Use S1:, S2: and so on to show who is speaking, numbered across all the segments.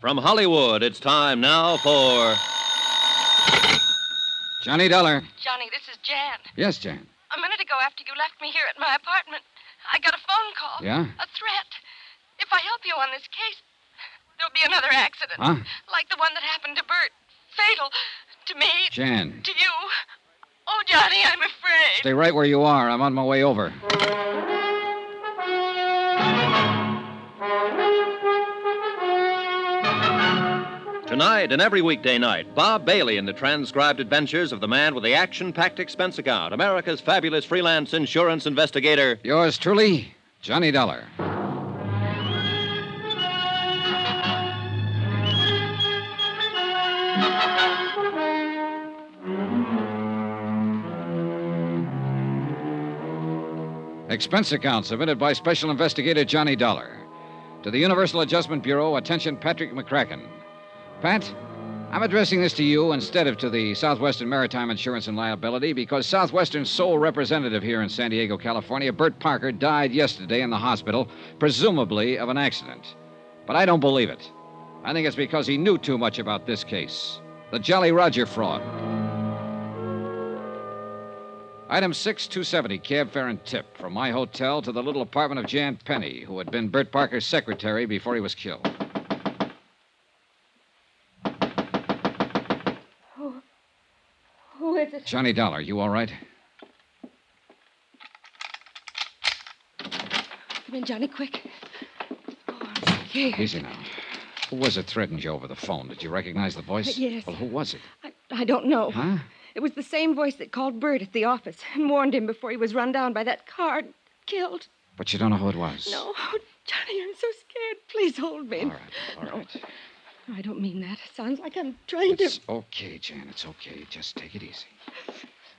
S1: From Hollywood, it's time now for.
S2: Johnny Dollar.
S3: Johnny, this is Jan.
S2: Yes, Jan.
S3: A minute ago, after you left me here at my apartment, I got a phone call.
S2: Yeah?
S3: A threat. If I help you on this case, there'll be another accident.
S2: Huh?
S3: Like the one that happened to Bert. Fatal. To me.
S2: Jan.
S3: To you. Oh, Johnny, I'm afraid.
S2: Stay right where you are. I'm on my way over.
S1: Tonight and every weekday night, Bob Bailey in the transcribed adventures of the man with the action packed expense account, America's fabulous freelance insurance investigator.
S2: Yours truly, Johnny Dollar. Expense account submitted by Special Investigator Johnny Dollar. To the Universal Adjustment Bureau, attention Patrick McCracken. Pat, I'm addressing this to you instead of to the Southwestern Maritime Insurance and Liability because Southwestern's sole representative here in San Diego, California, Bert Parker, died yesterday in the hospital, presumably of an accident. But I don't believe it. I think it's because he knew too much about this case the Jolly Roger fraud. Item 6, 270, cab fare and tip from my hotel to the little apartment of Jan Penny, who had been Bert Parker's secretary before he was killed.
S3: Who is it?
S2: Johnny Dollar, you all right?
S3: Come in, Johnny, quick. Oh, I'm scared.
S2: Easy now. Who was it threatened you over the phone? Did you recognize the voice?
S3: Yes. Oh.
S2: Well, who was it?
S3: I, I don't know.
S2: Huh?
S3: It was the same voice that called Bert at the office and warned him before he was run down by that car and killed.
S2: But you don't know who it was.
S3: No, oh, Johnny, I'm so scared. Please hold me.
S2: All right, all right.
S3: No, I don't mean that. It sounds like I'm trying
S2: It's
S3: to.
S2: okay, Jan. It's okay. Just take it easy.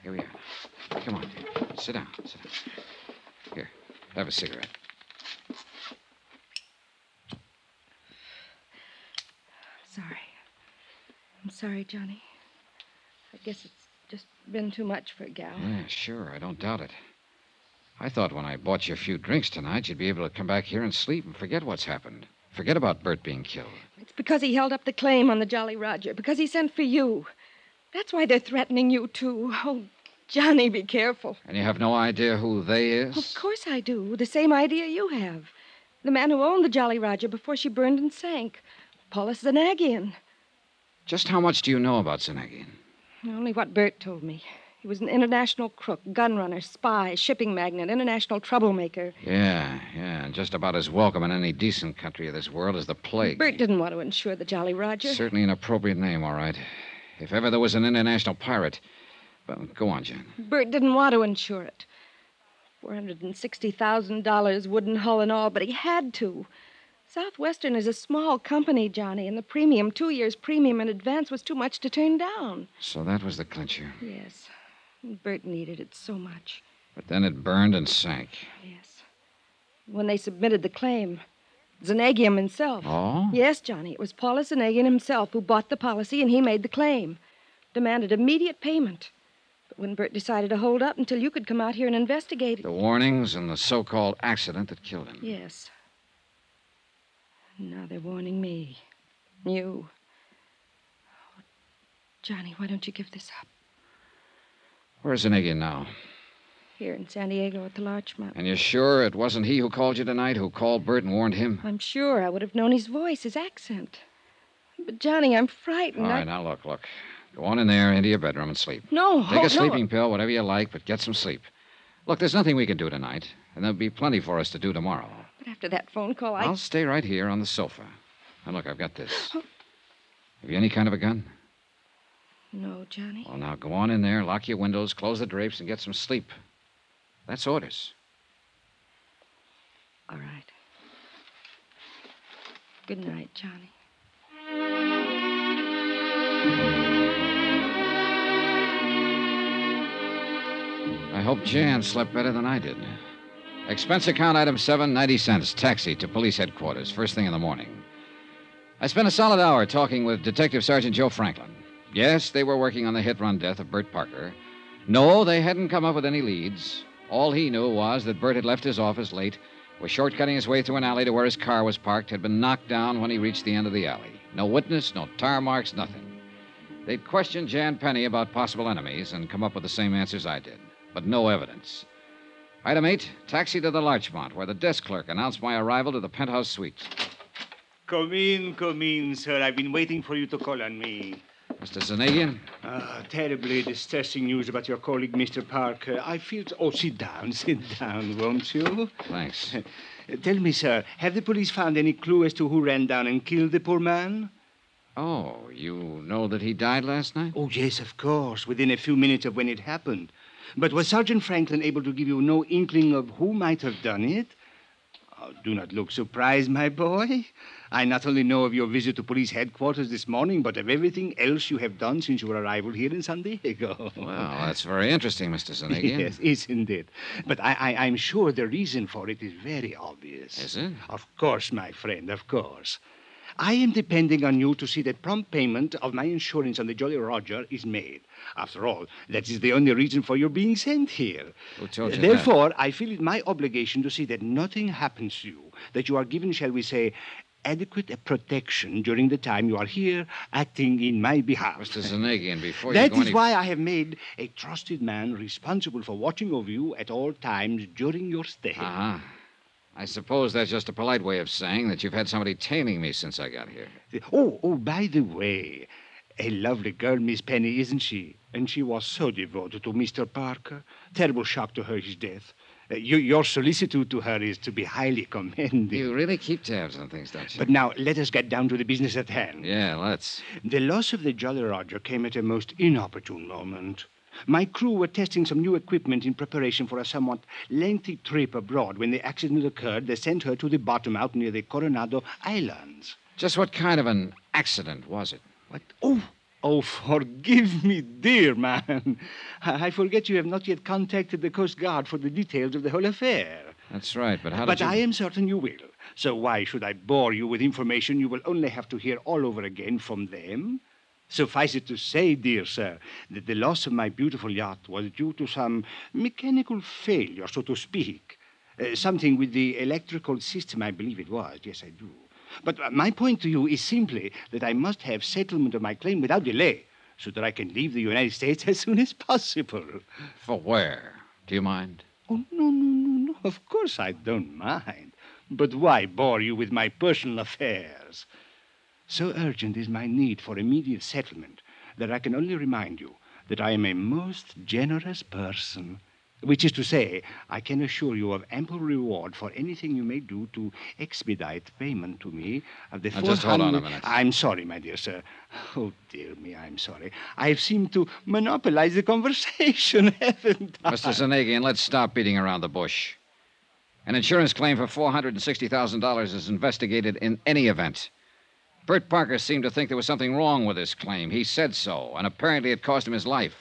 S2: Here we are. Come on, dear. Sit down. Sit down. Here, have a cigarette.
S3: Sorry. I'm sorry, Johnny. I guess it's just been too much for a gal.
S2: Yeah, sure. I don't doubt it. I thought when I bought you a few drinks tonight, you'd be able to come back here and sleep and forget what's happened. Forget about Bert being killed.
S3: It's because he held up the claim on the Jolly Roger, because he sent for you. That's why they're threatening you, too. Oh, Johnny, be careful.
S2: And you have no idea who they is?
S3: Of course I do. The same idea you have. The man who owned the Jolly Roger before she burned and sank, Paulus Zanagian.
S2: Just how much do you know about Zanagian?
S3: Only what Bert told me. He was an international crook, gun runner, spy, shipping magnate, international troublemaker.
S2: Yeah, yeah, and just about as welcome in any decent country of this world as the plague.
S3: Bert didn't want to insure the Jolly Roger.
S2: Certainly an appropriate name, all right. If ever there was an international pirate. But go on, Jan.
S3: Bert didn't want to insure it. $460,000 wooden hull and all, but he had to. Southwestern is a small company, Johnny, and the premium, two years premium in advance, was too much to turn down.
S2: So that was the clincher.
S3: Yes. Bert needed it so much.
S2: But then it burned and sank.
S3: Yes. When they submitted the claim, Zanagium himself.
S2: Oh?
S3: Yes, Johnny. It was Paulus Zanagian himself who bought the policy, and he made the claim. Demanded immediate payment. But when Bert decided to hold up until you could come out here and investigate it.
S2: The warnings and the so called accident that killed him.
S3: Yes. Now they're warning me. You. Oh, Johnny, why don't you give this up?
S2: Where's Zanagian now?
S3: Here in San Diego at the Larchmont.
S2: And you're sure it wasn't he who called you tonight, who called Bert and warned him?
S3: I'm sure I would have known his voice, his accent. But, Johnny, I'm frightened.
S2: All
S3: I-
S2: right, now look, look. Go on in there, into your bedroom, and sleep.
S3: No.
S2: Take
S3: oh,
S2: a
S3: no.
S2: sleeping pill, whatever you like, but get some sleep. Look, there's nothing we can do tonight, and there'll be plenty for us to do tomorrow.
S3: But after that phone call, I.
S2: I'll stay right here on the sofa. Now, look, I've got this. Have you any kind of a gun?
S3: No, Johnny.
S2: Well, now go on in there, lock your windows, close the drapes, and get some sleep. That's orders.
S3: All right. Good night, Johnny.
S2: I hope Jan slept better than I did. Expense account item seven, ninety cents, taxi to police headquarters, first thing in the morning. I spent a solid hour talking with Detective Sergeant Joe Franklin. Yes, they were working on the hit run death of Bert Parker. No, they hadn't come up with any leads. All he knew was that Bert had left his office late was shortcutting his way through an alley to where his car was parked, had been knocked down when he reached the end of the alley. No witness, no tire marks, nothing. They'd questioned Jan Penny about possible enemies and come up with the same answers I did, but no evidence. Item eight, taxi to the Larchmont, where the desk clerk announced my arrival to the penthouse suite.
S4: Come in, come in, sir. I've been waiting for you to call on me.
S2: Mr. Zanagian,
S4: Ah, terribly distressing news about your colleague, Mr. Parker. I feel. Oh, sit down, sit down, won't you?
S2: thanks.
S4: Tell me, sir, have the police found any clue as to who ran down and killed the poor man?
S2: Oh, you know that he died last night?
S4: Oh, yes, of course, within a few minutes of when it happened. But was Sergeant Franklin able to give you no inkling of who might have done it? Oh, do not look surprised, my boy. I not only know of your visit to police headquarters this morning, but of everything else you have done since your arrival here in San Diego.
S2: Well, that's very interesting, Mr. Zanagian.
S4: Oh, Yes, isn't it? But I, I, I'm sure the reason for it is very obvious.
S2: Is it?
S4: Of course, my friend, of course. I am depending on you to see that prompt payment of my insurance on the Jolly Roger is made. After all, that is the only reason for your being sent here.
S2: Who told you that?
S4: Therefore, I feel it my obligation to see that nothing happens to you, that you are given, shall we say, adequate protection during the time you are here acting in my behalf.
S2: Mr. Zanagian, before you
S4: That
S2: go
S4: is
S2: any...
S4: why I have made a trusted man responsible for watching over you at all times during your stay.
S2: Uh-huh. I suppose that's just a polite way of saying that you've had somebody tailing me since I got here.
S4: Oh, oh, by the way, a lovely girl, Miss Penny, isn't she? And she was so devoted to Mr. Parker. Terrible shock to her, his death. Uh, you, your solicitude to her is to be highly commended.
S2: You really keep tabs on things, don't you?
S4: But now, let us get down to the business at hand.
S2: Yeah, let's.
S4: The loss of the Jolly Roger came at a most inopportune moment. My crew were testing some new equipment in preparation for a somewhat lengthy trip abroad. When the accident occurred, they sent her to the bottom out near the Coronado Islands.
S2: Just what kind of an accident was it?
S4: What? Oh, oh, forgive me, dear man. I I forget you have not yet contacted the Coast Guard for the details of the whole affair.
S2: That's right, but how
S4: But
S2: did you...
S4: I am certain you will. So why should I bore you with information you will only have to hear all over again from them? Suffice it to say, dear sir, that the loss of my beautiful yacht was due to some mechanical failure, so to speak. Uh, something with the electrical system, I believe it was. Yes, I do. But uh, my point to you is simply that I must have settlement of my claim without delay so that I can leave the United States as soon as possible.
S2: For where? Do you mind?
S4: Oh, no, no, no, no. Of course I don't mind. But why bore you with my personal affairs? So urgent is my need for immediate settlement that I can only remind you that I am a most generous person. Which is to say, I can assure you of ample reward for anything you may do to expedite payment to me of the
S2: Now, just hold on a
S4: 400
S2: minute.
S4: I'm sorry, my dear sir. Oh, dear me, I'm sorry. I've seemed to monopolize the conversation, haven't I?
S2: Mr. Zanagian, let's stop beating around the bush. An insurance claim for $460,000 is investigated in any event. Bert Parker seemed to think there was something wrong with his claim. He said so, and apparently it cost him his life.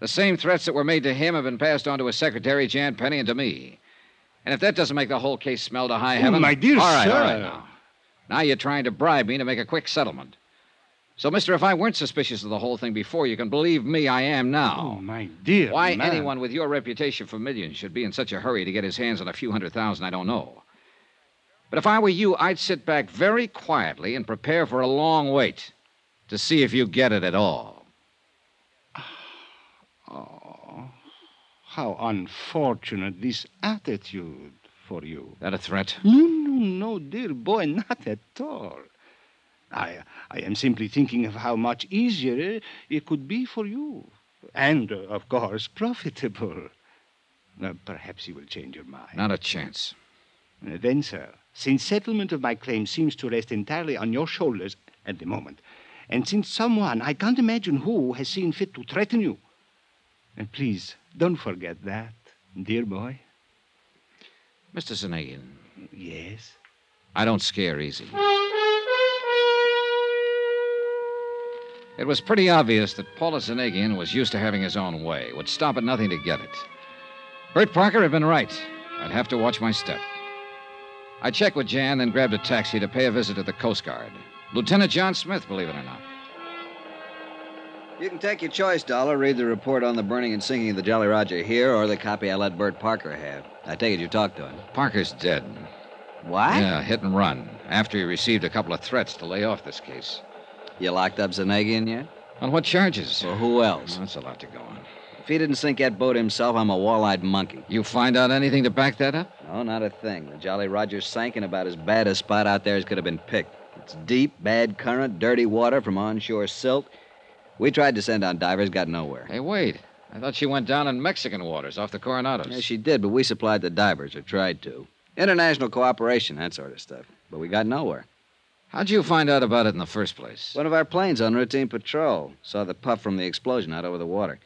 S2: The same threats that were made to him have been passed on to his secretary, Jan Penny, and to me. And if that doesn't make the whole case smell to high
S4: Oh,
S2: heaven.
S4: my dear
S2: all right, All
S4: sir.
S2: right, now. Now you're trying to bribe me to make a quick settlement. So, mister, if I weren't suspicious of the whole thing before, you can believe me, I am now.
S4: Oh, my dear.
S2: Why
S4: man.
S2: anyone with your reputation for millions should be in such a hurry to get his hands on a few hundred thousand, I don't know. But if I were you, I'd sit back very quietly and prepare for a long wait to see if you get it at all.
S4: Oh, How unfortunate this attitude for you.
S2: That a threat?
S4: No, no, no, dear boy, not at all. I, I am simply thinking of how much easier it could be for you. And, uh, of course, profitable. Now, perhaps you will change your mind.
S2: Not a chance.
S4: Uh, Then, sir, since settlement of my claim seems to rest entirely on your shoulders at the moment, and since someone, I can't imagine who, has seen fit to threaten you, and please don't forget that, dear boy.
S2: Mr. Zanagian,
S4: Yes.
S2: I don't scare easy. It was pretty obvious that Paula Zanagian was used to having his own way, would stop at nothing to get it. Bert Parker had been right. I'd have to watch my step. I checked with Jan, then grabbed a taxi to pay a visit to the Coast Guard. Lieutenant John Smith, believe it or not.
S5: You can take your choice, Dollar. Read the report on the burning and sinking of the Jolly Roger here, or the copy I let Bert Parker have. I take it you talked to him.
S2: Parker's dead.
S5: What?
S2: Yeah, hit and run. After he received a couple of threats to lay off this case.
S5: You locked up Zanegian yet?
S2: On what charges?
S5: Or who else?
S2: That's a lot to go on.
S5: If he didn't sink that boat himself, I'm a wall-eyed monkey.
S2: You find out anything to back that up?
S5: No, not a thing. The Jolly Roger sank in about as bad a spot out there as could have been picked. It's deep, bad current, dirty water from onshore silt. We tried to send on divers, got nowhere.
S2: Hey, wait. I thought she went down in Mexican waters off the Coronados.
S5: Yeah, she did, but we supplied the divers, or tried to. International cooperation, that sort of stuff. But we got nowhere.
S2: How'd you find out about it in the first place?
S5: One of our planes on routine patrol saw the puff from the explosion out over the water.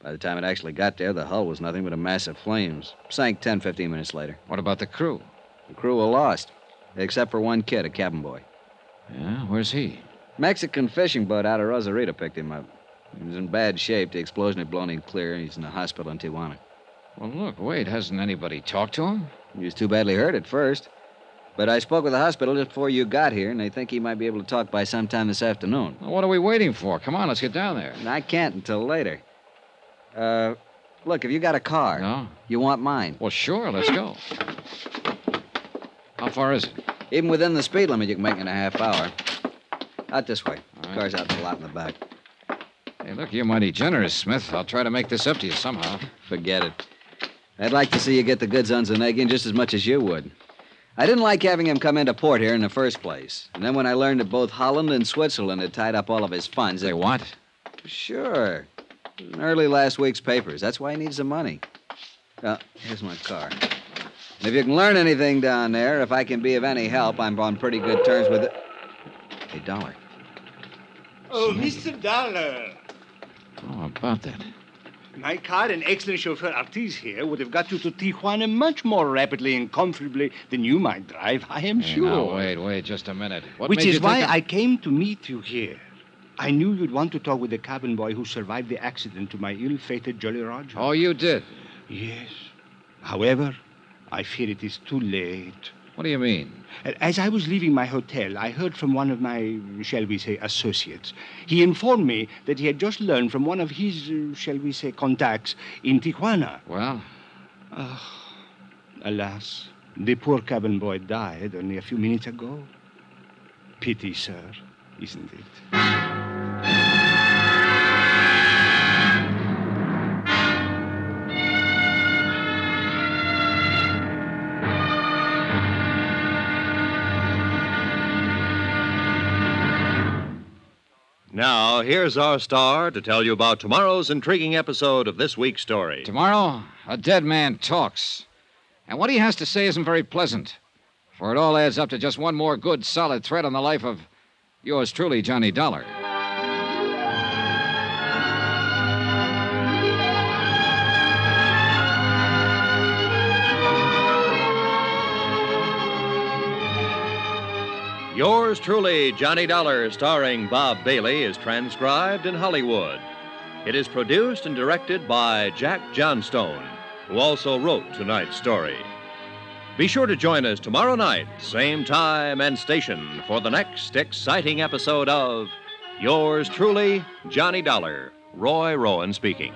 S5: By the time it actually got there, the hull was nothing but a mass of flames. Sank 10, 15 minutes later.
S2: What about the crew?
S5: The crew were lost, except for one kid, a cabin boy.
S2: Yeah, where's he?
S5: Mexican fishing boat out of Rosarita picked him up. He was in bad shape. The explosion had blown him clear, and he's in the hospital in Tijuana.
S2: Well, look, wait. Hasn't anybody talked to him?
S5: He was too badly hurt at first. But I spoke with the hospital just before you got here, and they think he might be able to talk by sometime this afternoon.
S2: Well, what are we waiting for? Come on, let's get down there.
S5: And I can't until later. Uh, look, have you got a car?
S2: No?
S5: You want mine?
S2: Well, sure, let's go. How far is it?
S5: Even within the speed limit, you can make it in a half hour. Out this way.
S2: All right.
S5: Car's out in the lot in the back.
S2: Hey, look, you're mighty generous, Smith. I'll try to make this up to you somehow.
S5: Forget it. I'd like to see you get the goods on Zanegian just as much as you would. I didn't like having him come into port here in the first place. And then when I learned that both Holland and Switzerland had tied up all of his funds,
S2: Say
S5: it...
S2: what?
S5: Sure. It was in early last week's papers. That's why he needs the money. Uh, here's my car. And if you can learn anything down there, if I can be of any help, I'm on pretty good terms with it. Hey, Dollar.
S4: Oh, Mr. Dollar.
S2: Oh, about that.
S4: My car and excellent chauffeur Artis here would have got you to Tijuana much more rapidly and comfortably than you might drive, I am
S2: Hey,
S4: sure.
S2: now, wait, wait, just a minute. What
S4: Which
S2: made
S4: is
S2: you
S4: why
S2: think
S4: I came to meet you here. I knew you'd want to talk with the cabin boy who survived the accident to my ill fated Jolly Roger.
S2: Oh, you did?
S4: Yes. However, I fear it is too late.
S2: What do you mean?
S4: As I was leaving my hotel, I heard from one of my, shall we say, associates. He informed me that he had just learned from one of his, uh, shall we say, contacts in Tijuana. Ah,
S2: Well,
S4: Alas, the poor cabin boy died only a few minutes ago. Pity, sir, isn't it?
S1: Now, here's our star to tell you about tomorrow's intriguing episode of this week's story.
S2: tomorrow, a dead man talks. And what he has to say isn't very pleasant, for it all adds up to just one more good, solid thread on the life of yours truly, Johnny Dollar.
S1: Yours truly, Johnny Dollar, starring Bob Bailey, is transcribed in Hollywood. It is produced and directed by Jack Johnstone, who also wrote tonight's story. Be sure to join us tomorrow night, same time and station, for the next exciting episode of Yours truly, Johnny Dollar, Roy Rowan speaking.